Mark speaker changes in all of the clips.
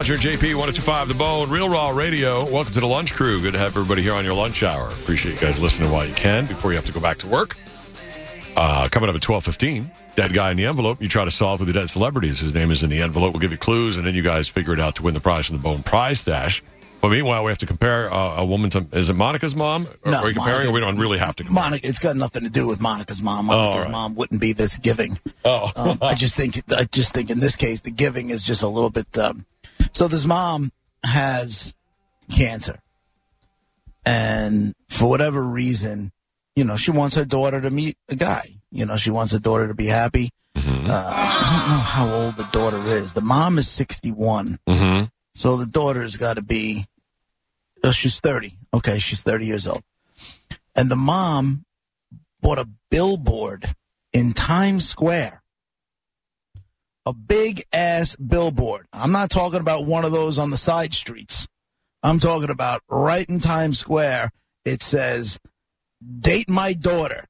Speaker 1: Roger, JP, 1025 The Bone, Real Raw Radio. Welcome to the lunch crew. Good to have everybody here on your lunch hour. Appreciate you guys listening while you can before you have to go back to work. Uh, coming up at 1215, Dead Guy in the Envelope. You try to solve who the dead celebrity is. His name is in the envelope. We'll give you clues, and then you guys figure it out to win the prize from the Bone Prize Stash. But meanwhile, we have to compare uh, a woman to. Is it Monica's mom? Are-
Speaker 2: No,
Speaker 1: Are we comparing?
Speaker 2: Monica-
Speaker 1: or we don't really have to compare.
Speaker 2: Monica, it's got nothing to do with Monica's mom. Monica's
Speaker 1: all right.
Speaker 2: mom wouldn't be this giving.
Speaker 1: Oh.
Speaker 2: um, I just think I just think in this case the giving is just a little bit. Um, so this mom has cancer, and for whatever reason, you know, she wants her daughter to meet a guy. You know, she wants her daughter to be happy.
Speaker 1: Mm-hmm.
Speaker 2: Uh, I don't know how old the daughter is. The mom is sixty-one.
Speaker 1: Mm-hmm.
Speaker 2: So the daughter's got to be, oh, she's 30. Okay, she's 30 years old. And the mom bought a billboard in Times Square. A big ass billboard. I'm not talking about one of those on the side streets. I'm talking about right in Times Square. It says, date my daughter.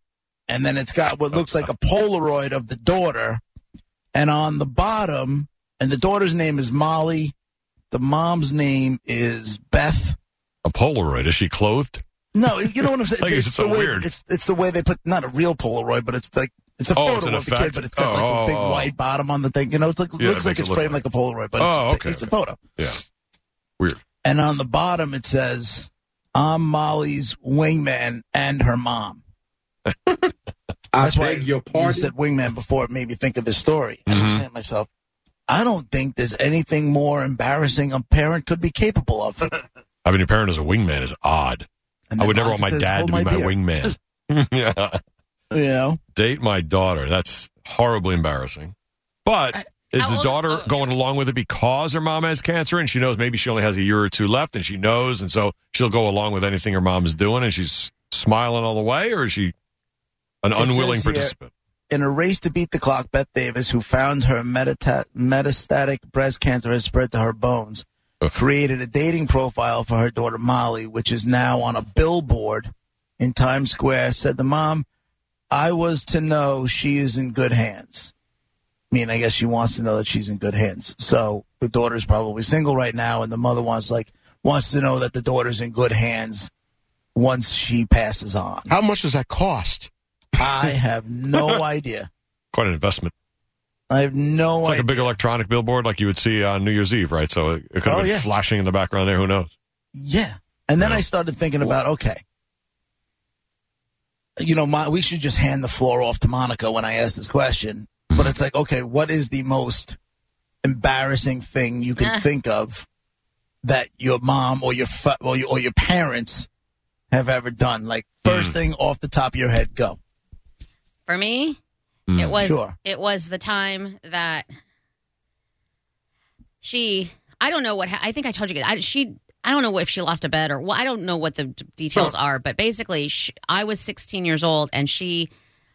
Speaker 2: And then it's got what looks like a Polaroid of the daughter. And on the bottom, and the daughter's name is Molly. The mom's name is Beth.
Speaker 1: A Polaroid. Is she clothed?
Speaker 2: No, you know what I'm saying.
Speaker 1: Like, it's so
Speaker 2: the way,
Speaker 1: weird.
Speaker 2: It's it's the way they put not a real Polaroid, but it's like it's a
Speaker 1: Oh,
Speaker 2: photo
Speaker 1: it's an
Speaker 2: of the
Speaker 1: effect.
Speaker 2: kid, but it's got
Speaker 1: Oh,
Speaker 2: like the
Speaker 1: oh,
Speaker 2: big
Speaker 1: oh.
Speaker 2: white bottom on the thing. You know, it's like
Speaker 1: Yeah, it
Speaker 2: looks like
Speaker 1: makes it
Speaker 2: it's
Speaker 1: look
Speaker 2: framed
Speaker 1: like-
Speaker 2: like, a Polaroid, but it's,
Speaker 1: Oh,
Speaker 2: a-
Speaker 1: okay,
Speaker 2: it's a
Speaker 1: okay.
Speaker 2: photo.
Speaker 1: Yeah. Weird.
Speaker 2: And on the bottom it says, "I'm Molly's wingman and her mom."
Speaker 3: I
Speaker 2: That's why
Speaker 3: beg your
Speaker 2: You
Speaker 3: pardon.
Speaker 2: said wingman before it made me think of this story, and
Speaker 1: Mm-hmm.
Speaker 2: I'm saying to myself, I don't think there's anything more embarrassing a parent could be capable of.
Speaker 1: Having your parent as a wingman is odd.
Speaker 2: And
Speaker 1: I
Speaker 2: then
Speaker 1: would never want my
Speaker 2: Monica says,
Speaker 1: dad
Speaker 2: "Oh,
Speaker 1: to be
Speaker 2: "Hold
Speaker 1: my
Speaker 2: beer."
Speaker 1: wingman. yeah.
Speaker 2: You know,
Speaker 1: Date my daughter. That's horribly embarrassing. But is
Speaker 4: how
Speaker 1: the
Speaker 4: old is
Speaker 1: daughter
Speaker 4: the-
Speaker 1: going along with it because her mom has cancer and she knows maybe she only has a year or two left and she knows and so she'll go along with anything her mom is doing and she's smiling all the way or is she an
Speaker 2: It says
Speaker 1: unwilling
Speaker 2: here-
Speaker 1: participant?
Speaker 2: in a race to beat the clock, Beth Davis, who found her metata- metastatic breast cancer had spread to her bones,
Speaker 1: Ugh.
Speaker 2: created a dating profile for her daughter Molly, which is now on a billboard in Times Square. Said the mom, "I was to know she is in good hands." I mean, I guess she wants to know that she's in good hands. So the daughter's probably single right now, and the mother wants like wants to know that the daughter's in good hands once she passes on.
Speaker 3: How much does that cost?
Speaker 2: I have no idea.
Speaker 1: Quite an investment.
Speaker 2: I have no
Speaker 1: It's like
Speaker 2: idea.
Speaker 1: a big electronic billboard like you would see on New Year's Eve, right? So it, it could have
Speaker 2: Oh,
Speaker 1: been
Speaker 2: yeah.
Speaker 1: flashing in the background there. Who knows?
Speaker 2: yeah. And then
Speaker 1: Yeah.
Speaker 2: I started thinking about okay. You know, my, we should just hand the floor off to Monica when I ask this question.
Speaker 1: Mm-hmm.
Speaker 2: But it's like, okay, what is the most embarrassing thing you can
Speaker 4: Ah.
Speaker 2: think of that your mom or your, fa- or your or your parents have ever done? Like, first
Speaker 1: Mm.
Speaker 2: thing off the top of your head, go.
Speaker 4: For me,
Speaker 1: Mm.
Speaker 4: it was
Speaker 2: Sure.
Speaker 4: it was the time that she. I don't know what ha- I think I told you. guys, I, she. I don't know if she lost a bet or well, I don't know what the d- details are, but basically, she, I was 16 years old and she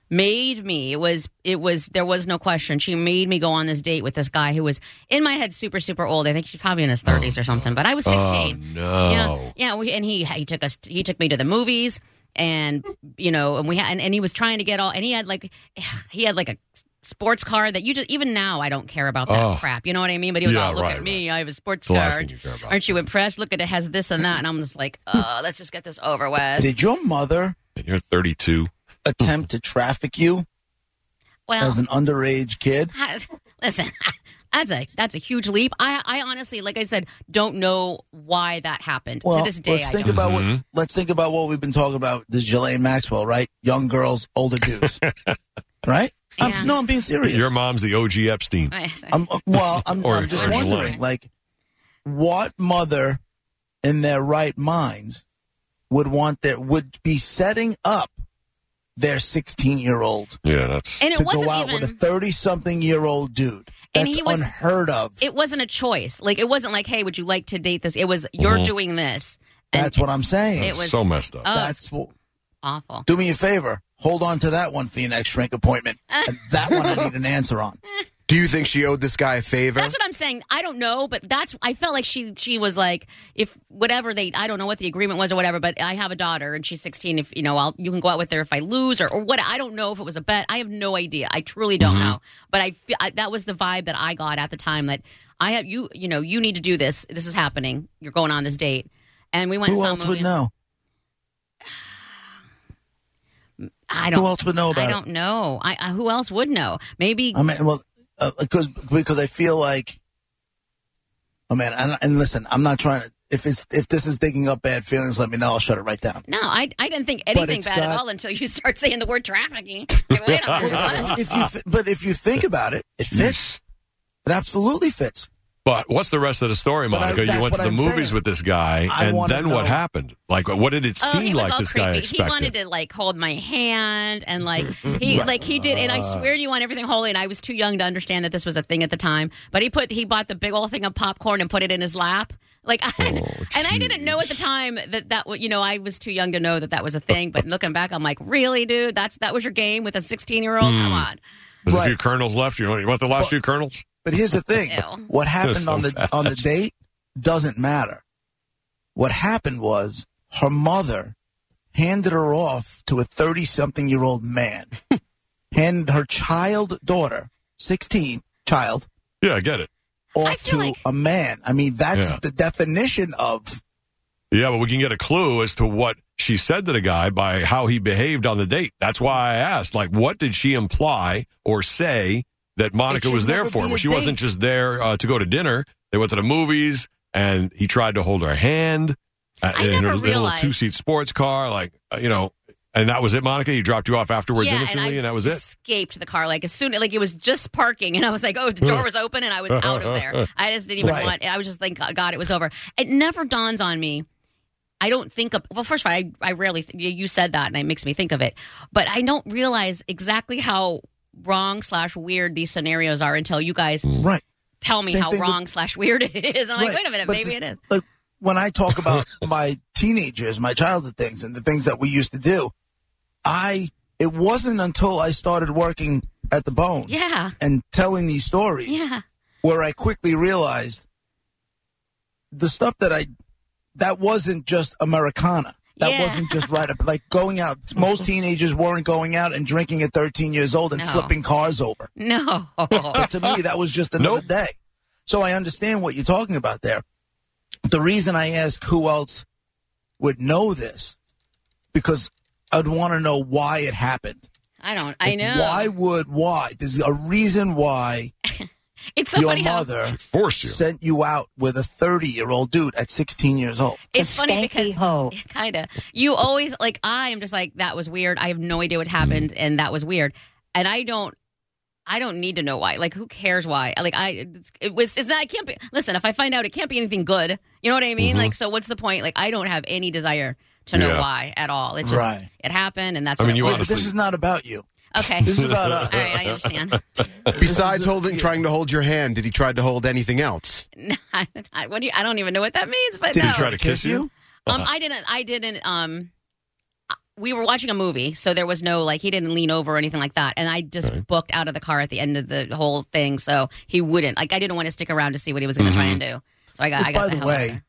Speaker 4: made me. It was it was there was no question. She made me go on this date with this guy who was in my head super super old. I think she's probably in his 30s or something, but I was 16.
Speaker 1: Hmm. Oh, no.
Speaker 4: Yeah, yeah. We, and he he took us he took me to the movies, and you know, and we had and, and he was trying to get all and he had like he had like a sports car that you just even now I don't care about that
Speaker 1: Oh.
Speaker 4: crap. You know what I mean? But he was
Speaker 1: Yeah,
Speaker 4: all look
Speaker 1: right,
Speaker 4: at me, I have a sports
Speaker 1: It's the last
Speaker 4: car.
Speaker 1: thing you care about.
Speaker 4: Aren't you impressed? Look at it has this and that, and I'm just like, oh, let's just get this over with.
Speaker 2: Did your mother
Speaker 1: And you're 32.
Speaker 2: attempt to traffic you
Speaker 4: Well,
Speaker 2: as an underage kid?
Speaker 4: I- listen. That's a that's a huge leap. I I honestly, like I said, don't know why that happened.
Speaker 2: Well,
Speaker 4: to this day,
Speaker 2: let's
Speaker 4: I
Speaker 2: think
Speaker 4: don't.
Speaker 2: about what
Speaker 1: Mhm.
Speaker 2: let's think about what we've been talking about. This Jelaine Maxwell, right? Young girls, older dudes, right?
Speaker 4: Yeah.
Speaker 2: I'm, no, I'm being serious.
Speaker 1: Your mom's the OG Epstein.
Speaker 2: I'm, uh, well, I'm,
Speaker 1: Or-
Speaker 2: I'm just
Speaker 1: or
Speaker 2: wondering,
Speaker 4: Jelaine.
Speaker 2: like, what mother in their right minds would want their would be setting up their 16 year old
Speaker 1: Yeah, that's.
Speaker 4: and it
Speaker 2: to
Speaker 4: wasn't
Speaker 2: go out
Speaker 4: even
Speaker 2: with a 30 something year old dude?
Speaker 4: And
Speaker 2: That's
Speaker 4: he was-
Speaker 2: unheard of.
Speaker 4: it wasn't a choice. Like it wasn't like, hey, would you like to date this? It was you're
Speaker 2: Mm-hmm.
Speaker 1: Mhm.
Speaker 4: doing this. And
Speaker 2: That's what I'm saying.
Speaker 4: it was-
Speaker 1: so messed up.
Speaker 4: oh,
Speaker 2: That's what.
Speaker 4: awful. Uh.
Speaker 2: Do me a favor. Hold on to that one for your next shrink appointment. And that one I need an answer on.
Speaker 3: Do you think she owed this guy a favor?
Speaker 4: That's what I'm saying. I don't know, but that's I felt like she she was like if whatever they I don't know what the agreement was or whatever, but I have a daughter and she's 16. If you know, I'll you can go out with her if I lose or or what. I don't know if it was a bet. I have no idea. I truly don't
Speaker 2: Mm-hmm.
Speaker 4: know. But I, fe- I that was the vibe that I got at the time that I have you you know you need to do this. This is happening. You're going on this date, and we went. and
Speaker 2: Who
Speaker 4: saw a
Speaker 2: else
Speaker 4: movie.
Speaker 2: would know?
Speaker 4: I don't.
Speaker 2: Who else would know about
Speaker 4: I
Speaker 2: it?
Speaker 4: don't know. I, I who else would know? Maybe
Speaker 2: I mean, well, uh, because because I feel like, oh man, and, and listen, I'm not trying to. If it's if this is digging up bad feelings, let me know. I'll shut it right down.
Speaker 4: no. I I didn't think anything
Speaker 2: it's
Speaker 4: bad at
Speaker 2: got-
Speaker 4: all until you start saying the word trafficking. Like, Wait a minute. what?
Speaker 2: if you, th- but if you think about it, it fits. It absolutely fits.
Speaker 1: But what's the rest of the story,
Speaker 2: But I-
Speaker 1: Monica? you
Speaker 2: that's
Speaker 1: went to
Speaker 2: what
Speaker 1: the
Speaker 2: I'm
Speaker 1: movies
Speaker 2: saying.
Speaker 1: with this guy,
Speaker 2: I
Speaker 1: and
Speaker 2: wanna
Speaker 1: then what
Speaker 2: know.
Speaker 1: happened? Like, what did it
Speaker 4: Oh, he
Speaker 1: seem
Speaker 4: was
Speaker 1: like
Speaker 4: all
Speaker 1: this guy
Speaker 4: creepy.
Speaker 1: expected?
Speaker 4: He wanted to like hold my hand and like he like he did and I
Speaker 1: Uh.
Speaker 4: swear to you on everything holy and I was too young to understand that this was a thing at the time. But he put he bought the big old thing of popcorn and put it in his lap. Like I,
Speaker 1: Oh,
Speaker 4: and I didn't know at the time that that wa- you know I was too young to know that that was a thing. But looking back, I'm like, really, dude? That's that was your game with a 16 year old?
Speaker 1: Hmm.
Speaker 4: Come on.
Speaker 1: There's a
Speaker 2: Right.
Speaker 1: few kernels left. You want, you want the last few kernels?
Speaker 2: But here's the thing:
Speaker 4: Ew.
Speaker 2: what happened
Speaker 1: so
Speaker 2: on the on the date doesn't matter. What happened was her mother handed her off to a thirty-something-year-old man, handed her child daughter, sixteen child,
Speaker 1: Yeah, I get it.
Speaker 4: I
Speaker 2: off to
Speaker 4: feel like-
Speaker 2: a man. I mean, that's
Speaker 1: Yeah.
Speaker 2: the definition of
Speaker 1: Yeah, but we can get a clue as to what she said to the guy by how he behaved on the date. That's why I asked, like, what did she imply or say that Monica
Speaker 2: should
Speaker 1: was there
Speaker 2: never
Speaker 1: for?
Speaker 2: be
Speaker 1: Well,
Speaker 2: a
Speaker 1: she wasn't
Speaker 2: date.
Speaker 1: just there uh, to go to dinner. They went to the movies, and he tried to hold her hand uh,
Speaker 4: I
Speaker 1: in
Speaker 4: never
Speaker 1: her little
Speaker 4: realized-
Speaker 1: two-seat sports car, like uh, you know. And that was it, Monica. He dropped you off afterwards innocently, and, that was it.
Speaker 4: Escaped the car like as soon like it was just parking, and I was like, oh, the door was open, and I was out of there. I just didn't even
Speaker 2: Right.
Speaker 4: want. I was just like, "Oh, God, it was over. It never dawns on me. I don't think of well. First of all, I, I rarely th- you- you said that, and it makes me think of it. But I don't realize exactly how wrong slash weird these scenarios are until you guys
Speaker 1: Mm.
Speaker 2: right.
Speaker 4: tell me
Speaker 2: Same
Speaker 4: how
Speaker 2: thing with-
Speaker 4: wrong slash weird it is. I'm like,
Speaker 2: Right,
Speaker 4: wait a minute,
Speaker 2: but
Speaker 4: maybe
Speaker 2: just-
Speaker 4: it is.
Speaker 2: Like when I talk about my teenagers, my childhood things, and the things that we used to do, I it wasn't until I started working at the Bone
Speaker 4: Yeah,
Speaker 2: and telling these stories
Speaker 4: yeah.
Speaker 2: where I quickly realized the stuff that I that wasn't just Americana. That
Speaker 4: Yeah.
Speaker 2: wasn't just right up like going out. Most teenagers weren't going out and drinking at 13 years old and
Speaker 4: No.
Speaker 2: flipping cars over.
Speaker 4: No,
Speaker 2: But to me, that was just another
Speaker 1: Nope.
Speaker 2: day. So I understand what you're talking about there. The reason I ask who else would know this, because I'd want to know why it happened.
Speaker 4: I don't. I know.
Speaker 2: Why would why? There's a reason why
Speaker 4: It's so
Speaker 2: your
Speaker 4: funny how
Speaker 2: mother
Speaker 1: Forced you.
Speaker 2: sent you out with a 30 year old dude at 16 years old.
Speaker 4: it's funny because kind of you always like i am just like that was weird i have no idea what happened and that was weird and i don't i don't need to know why like who cares why like i it's, it was it's not it can't be listen if i find out it can't be anything good you know what i mean like so what's the point like i don't have any desire to know
Speaker 1: Mm-hmm. Yeah.
Speaker 4: why at all it's just
Speaker 2: Right.
Speaker 4: it happened and that's
Speaker 1: I
Speaker 4: what
Speaker 1: mean,
Speaker 4: it
Speaker 1: you
Speaker 4: was.
Speaker 1: honestly-
Speaker 2: This is not about you.
Speaker 4: okay
Speaker 2: This is about
Speaker 4: all
Speaker 2: us.
Speaker 4: right i understand
Speaker 3: Besides holding, trying to hold your hand, did he try to hold anything else?
Speaker 4: I, I- what do you, i don't even know what that means but
Speaker 1: Did
Speaker 4: no.
Speaker 1: he try to kiss you?
Speaker 4: Um,
Speaker 1: Uh-huh.
Speaker 4: I didn't. I didn't. Um, I- we were watching a movie, so there was no like he didn't lean over or anything like that. And I just booked out of the car at the end of the whole thing, so he wouldn't. Like I didn't want to stick around to see what he was going to try and
Speaker 1: Mm-hmm.
Speaker 4: do. So I got. I
Speaker 2: Which,
Speaker 4: got
Speaker 2: Oh, by
Speaker 4: the,
Speaker 2: the
Speaker 4: hell out of
Speaker 2: way,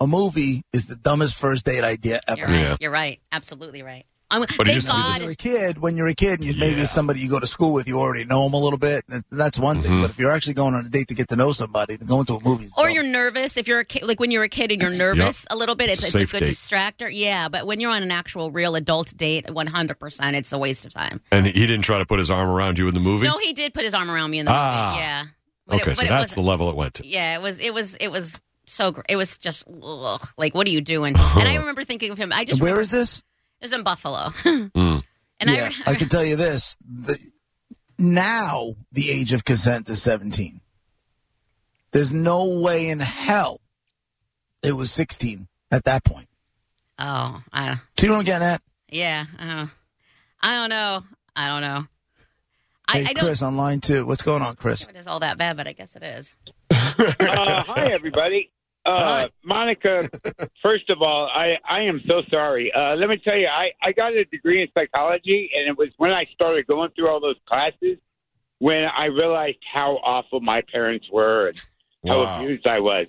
Speaker 2: a movie is the dumbest first date idea
Speaker 4: there.
Speaker 2: ever.
Speaker 4: you're right.
Speaker 1: Yeah.
Speaker 4: You're right. Absolutely right. I'm,
Speaker 1: it
Speaker 4: thank
Speaker 1: used to be
Speaker 4: God.
Speaker 2: When you're a kid, when you're a kid, and you, maybe it's somebody you go to school with, you already know them a little bit. And that's one
Speaker 1: Mm-hmm.
Speaker 2: thing. But if you're actually going on a date to get to know somebody, then going to a movie. Is
Speaker 4: Or
Speaker 2: dumb.
Speaker 4: you're nervous if you're a kid, like when you're a kid and you're nervous a little bit, it's,
Speaker 1: It's
Speaker 4: it's
Speaker 1: a
Speaker 4: a,
Speaker 1: safe
Speaker 4: good
Speaker 1: date.
Speaker 4: distractor. Yeah, but when you're on an actual real adult date, 100, percent it's a waste of time.
Speaker 1: And he didn't try to put his arm around you in the movie.
Speaker 4: No, he did put his arm around me in the
Speaker 1: Ah.
Speaker 4: movie. Yeah. But it-
Speaker 1: okay, so
Speaker 4: but it
Speaker 1: that's
Speaker 4: wasn't-
Speaker 1: the level it went to.
Speaker 4: Yeah, it was. It was. It was so. Gr- it was just ugh, like, what are you doing? And I remember thinking of him. I
Speaker 2: And
Speaker 4: just
Speaker 2: where
Speaker 4: remember,
Speaker 2: is this?
Speaker 4: it was in Buffalo,
Speaker 1: Mm.
Speaker 4: and
Speaker 2: yeah, I,
Speaker 4: I,
Speaker 2: can tell you this. The, now the age of consent is 17. There's no way in hell it was 16 at that point.
Speaker 4: oh, I,
Speaker 2: See what I'm getting at?
Speaker 4: yeah, uh, I don't know. I don't know. I,
Speaker 2: Hey,
Speaker 4: I don't
Speaker 2: Chris, on line two. What's going on, Chris?
Speaker 4: think it is all that bad, but I guess it is.
Speaker 5: uh, hi, everybody. Uh, Monica, first of all, I, I am so sorry. Uh, let me tell you, I, I got a degree in psychology, and it was when I started going through all those classes when I realized how awful my parents were and how
Speaker 1: Wow.
Speaker 5: abused I was.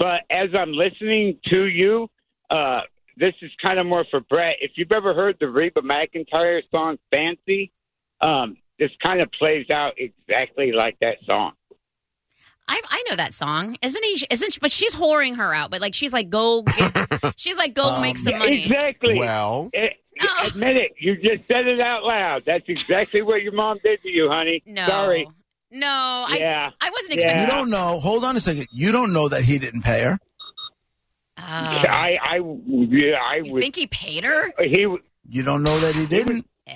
Speaker 5: But as I'm listening to you, uh, this is kind of more for Brett. If you've ever heard the Reba McIntyre song "Fancy," um, this kind of plays out exactly like that song.
Speaker 4: I, I know that song, isn't he? Isn't she, but she's whoring her out. But like she's like go, get, she's like go
Speaker 2: Um,
Speaker 4: make some
Speaker 5: Yeah,
Speaker 4: money.
Speaker 5: Exactly.
Speaker 3: Well,
Speaker 5: It-
Speaker 4: No.
Speaker 5: Admit it. You just said it out loud. That's exactly what your mom did to you, honey.
Speaker 4: No,
Speaker 5: Sorry.
Speaker 4: no,
Speaker 5: Yeah.
Speaker 4: I I wasn't
Speaker 5: Yeah.
Speaker 4: expecting.
Speaker 2: You don't know. Hold on a second. You don't know that he didn't pay her.
Speaker 4: Oh.
Speaker 5: I, I, yeah, I
Speaker 4: you
Speaker 5: would.
Speaker 4: think he paid her?
Speaker 5: he,
Speaker 2: You don't know that he didn't.
Speaker 4: Ew,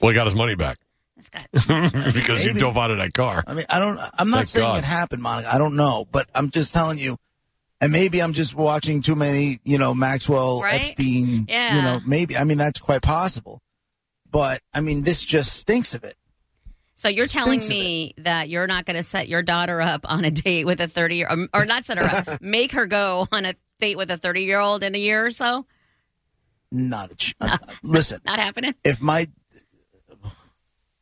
Speaker 1: Well, he got his money back
Speaker 4: that's got
Speaker 1: because you
Speaker 2: Maybe.
Speaker 1: dove out of that car.
Speaker 2: I mean, I don't. I'm not
Speaker 1: Thank
Speaker 2: saying
Speaker 1: God.
Speaker 2: it happened, Monica. I don't know, but I'm just telling you. And maybe I'm just watching too many, you know, Maxwell
Speaker 4: Right?
Speaker 2: Epstein.
Speaker 4: Yeah.
Speaker 2: You know, maybe. I mean, that's quite possible. But I mean, this just stinks of it.
Speaker 4: So you're telling
Speaker 2: Stinks of
Speaker 4: me that you're not going to set your daughter up on a date with a 30 year um, or not set her up, make her go on a date with a 30 year old in a year or so?
Speaker 2: Not a ch- uh, listen.
Speaker 4: Not happening.
Speaker 2: If my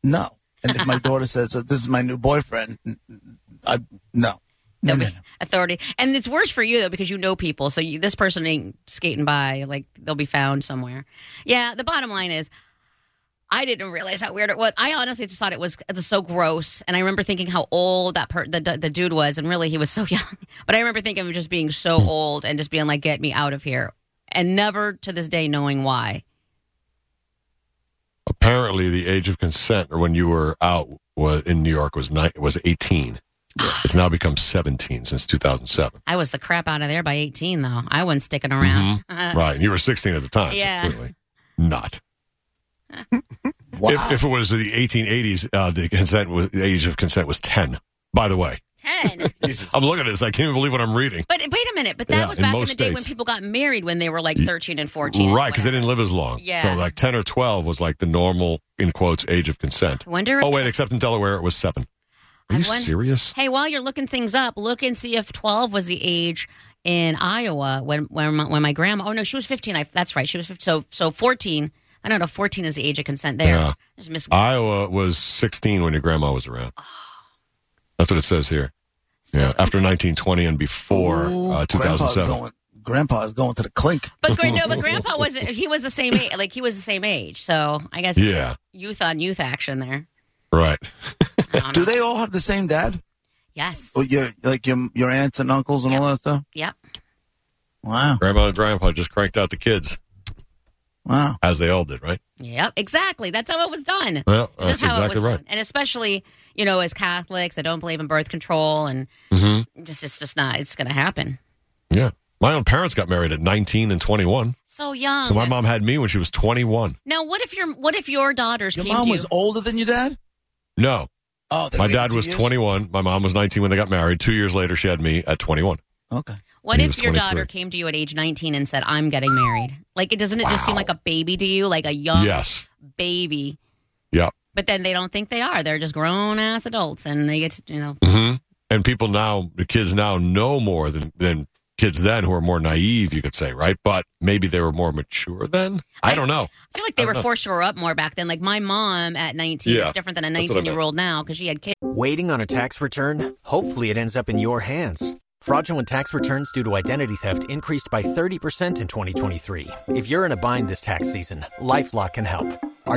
Speaker 2: no, and if my daughter says that this is my new boyfriend, n- n- I no. No,
Speaker 4: There'll
Speaker 2: no,
Speaker 4: be a 30. And it's worse for you though because you know people. So you, this person ain't skating by like they'll be found somewhere. Yeah, the bottom line is I didn't realize how weird it was. I honestly just thought it was it was so gross, and I remember thinking how old that per- the du- the dude was, and really he was so young. But I remember thinking of just being so old and just being like, "Get me out of here," and never to this day knowing why.
Speaker 1: Apparently, the age of consent, or when you were out was, in New York, was ni- was eighteen. It's now become seventeen since two thousand seven.
Speaker 4: I was the crap out of there by eighteen, though. I wasn't sticking around.
Speaker 1: Mm-hmm. Right, and you were sixteen at the time. so
Speaker 4: Uh. Yeah.
Speaker 1: clearly not.
Speaker 2: no. Wow.
Speaker 1: If, if it was the eighteen eighties, uh, the consent was, the age of consent was ten. By the way,
Speaker 4: Ten.
Speaker 1: I'm looking at this. I can't even believe what I'm reading.
Speaker 4: But wait a minute. But that
Speaker 1: Yeah,
Speaker 4: was
Speaker 1: in
Speaker 4: back in,
Speaker 1: most
Speaker 4: the day when
Speaker 1: states.
Speaker 4: people got married when they were like
Speaker 1: Y-
Speaker 4: thirteen and fourteen. and
Speaker 1: Right, because they
Speaker 4: whatever.
Speaker 1: didn't live as long.
Speaker 4: Yeah.
Speaker 1: So like ten or twelve was like the normal in quotes age of consent.
Speaker 4: I Wonder. If,
Speaker 1: Oh wait, except in Delaware it was seven. Are
Speaker 4: I
Speaker 1: you
Speaker 4: wonder-
Speaker 1: serious?
Speaker 4: Hey, while you're looking things up, look and see if 12 was the age in Iowa when when my, when my grandma. Oh no, she was 15. I, that's right, she was 15, so so 14. I don't know. 14 is the age of consent. There,
Speaker 1: Yeah. Uh,
Speaker 4: there's mis-
Speaker 1: Iowa was sixteen when your grandma was around. That's what it says here.
Speaker 4: so-
Speaker 1: Yeah, after 1920 and before
Speaker 2: Ooh,
Speaker 1: uh,
Speaker 2: Grandpa's
Speaker 1: 2007.
Speaker 2: going- Grandpa is going to the clink.
Speaker 4: But gra- no, but grandpa wasn't. He was the same age. Like he was the same age. So I guess
Speaker 1: Yeah,
Speaker 4: youth on youth action there.
Speaker 1: right.
Speaker 4: I don't
Speaker 2: Do
Speaker 4: know.
Speaker 2: they all have the same dad?
Speaker 4: Yes.
Speaker 2: Well, Oh, your like your your aunts and uncles and all that stuff.
Speaker 4: Yep.
Speaker 2: Wow,
Speaker 1: Grandma and grandpa just cranked out the kids
Speaker 2: wow.
Speaker 1: as they all did, right?
Speaker 4: Yep. Exactly. That's how it was done.
Speaker 1: Well,
Speaker 4: It's
Speaker 1: that's
Speaker 4: just
Speaker 1: exactly
Speaker 4: how it was
Speaker 1: right.
Speaker 4: done. And especially, you know, as Catholics that don't believe in birth control and
Speaker 1: hmm
Speaker 4: just it's just not it's going to happen.
Speaker 1: Yeah. My own parents got married at 19 and 21.
Speaker 4: So young.
Speaker 1: So my mom had me when she was 21.
Speaker 4: Now, what if your what if your daughters
Speaker 2: Your
Speaker 4: came
Speaker 2: mom
Speaker 4: to
Speaker 2: was
Speaker 4: you?
Speaker 2: older than your dad.
Speaker 1: No,
Speaker 2: Oh, they
Speaker 1: my
Speaker 2: waited
Speaker 1: dad
Speaker 2: two
Speaker 1: was
Speaker 2: years?
Speaker 1: 21. My mom was 19 when they got married. Two years later, she had me at 21.
Speaker 2: Okay.
Speaker 4: What
Speaker 1: He
Speaker 4: if
Speaker 1: was
Speaker 4: your
Speaker 1: 23.
Speaker 4: daughter came to you at age 19 and said, "I'm getting married"? Like, it doesn't it just seem
Speaker 1: Wow.
Speaker 4: like a baby to you, like a young
Speaker 1: Yes.
Speaker 4: baby?
Speaker 1: Yeah.
Speaker 4: But then they don't think they are. They're just grown ass adults, and they get to, you know.
Speaker 1: hmm And people now, the kids now know more than, than kids then who are more naive, you could say, right? But maybe they were more mature then. I,
Speaker 4: I-
Speaker 1: don't know.
Speaker 4: I feel like they
Speaker 1: I
Speaker 4: were
Speaker 1: don't know.
Speaker 4: forced to grow up more back then. Like my mom at 19
Speaker 1: Yeah.
Speaker 4: is different than a
Speaker 1: That's what I
Speaker 4: 19 year old now because she had kids.
Speaker 6: Waiting on a tax return? Hopefully, it ends up in your hands. Fraudulent tax returns due to identity theft increased by 30% in 2023. If you're in a bind this tax season, LifeLock can help. Our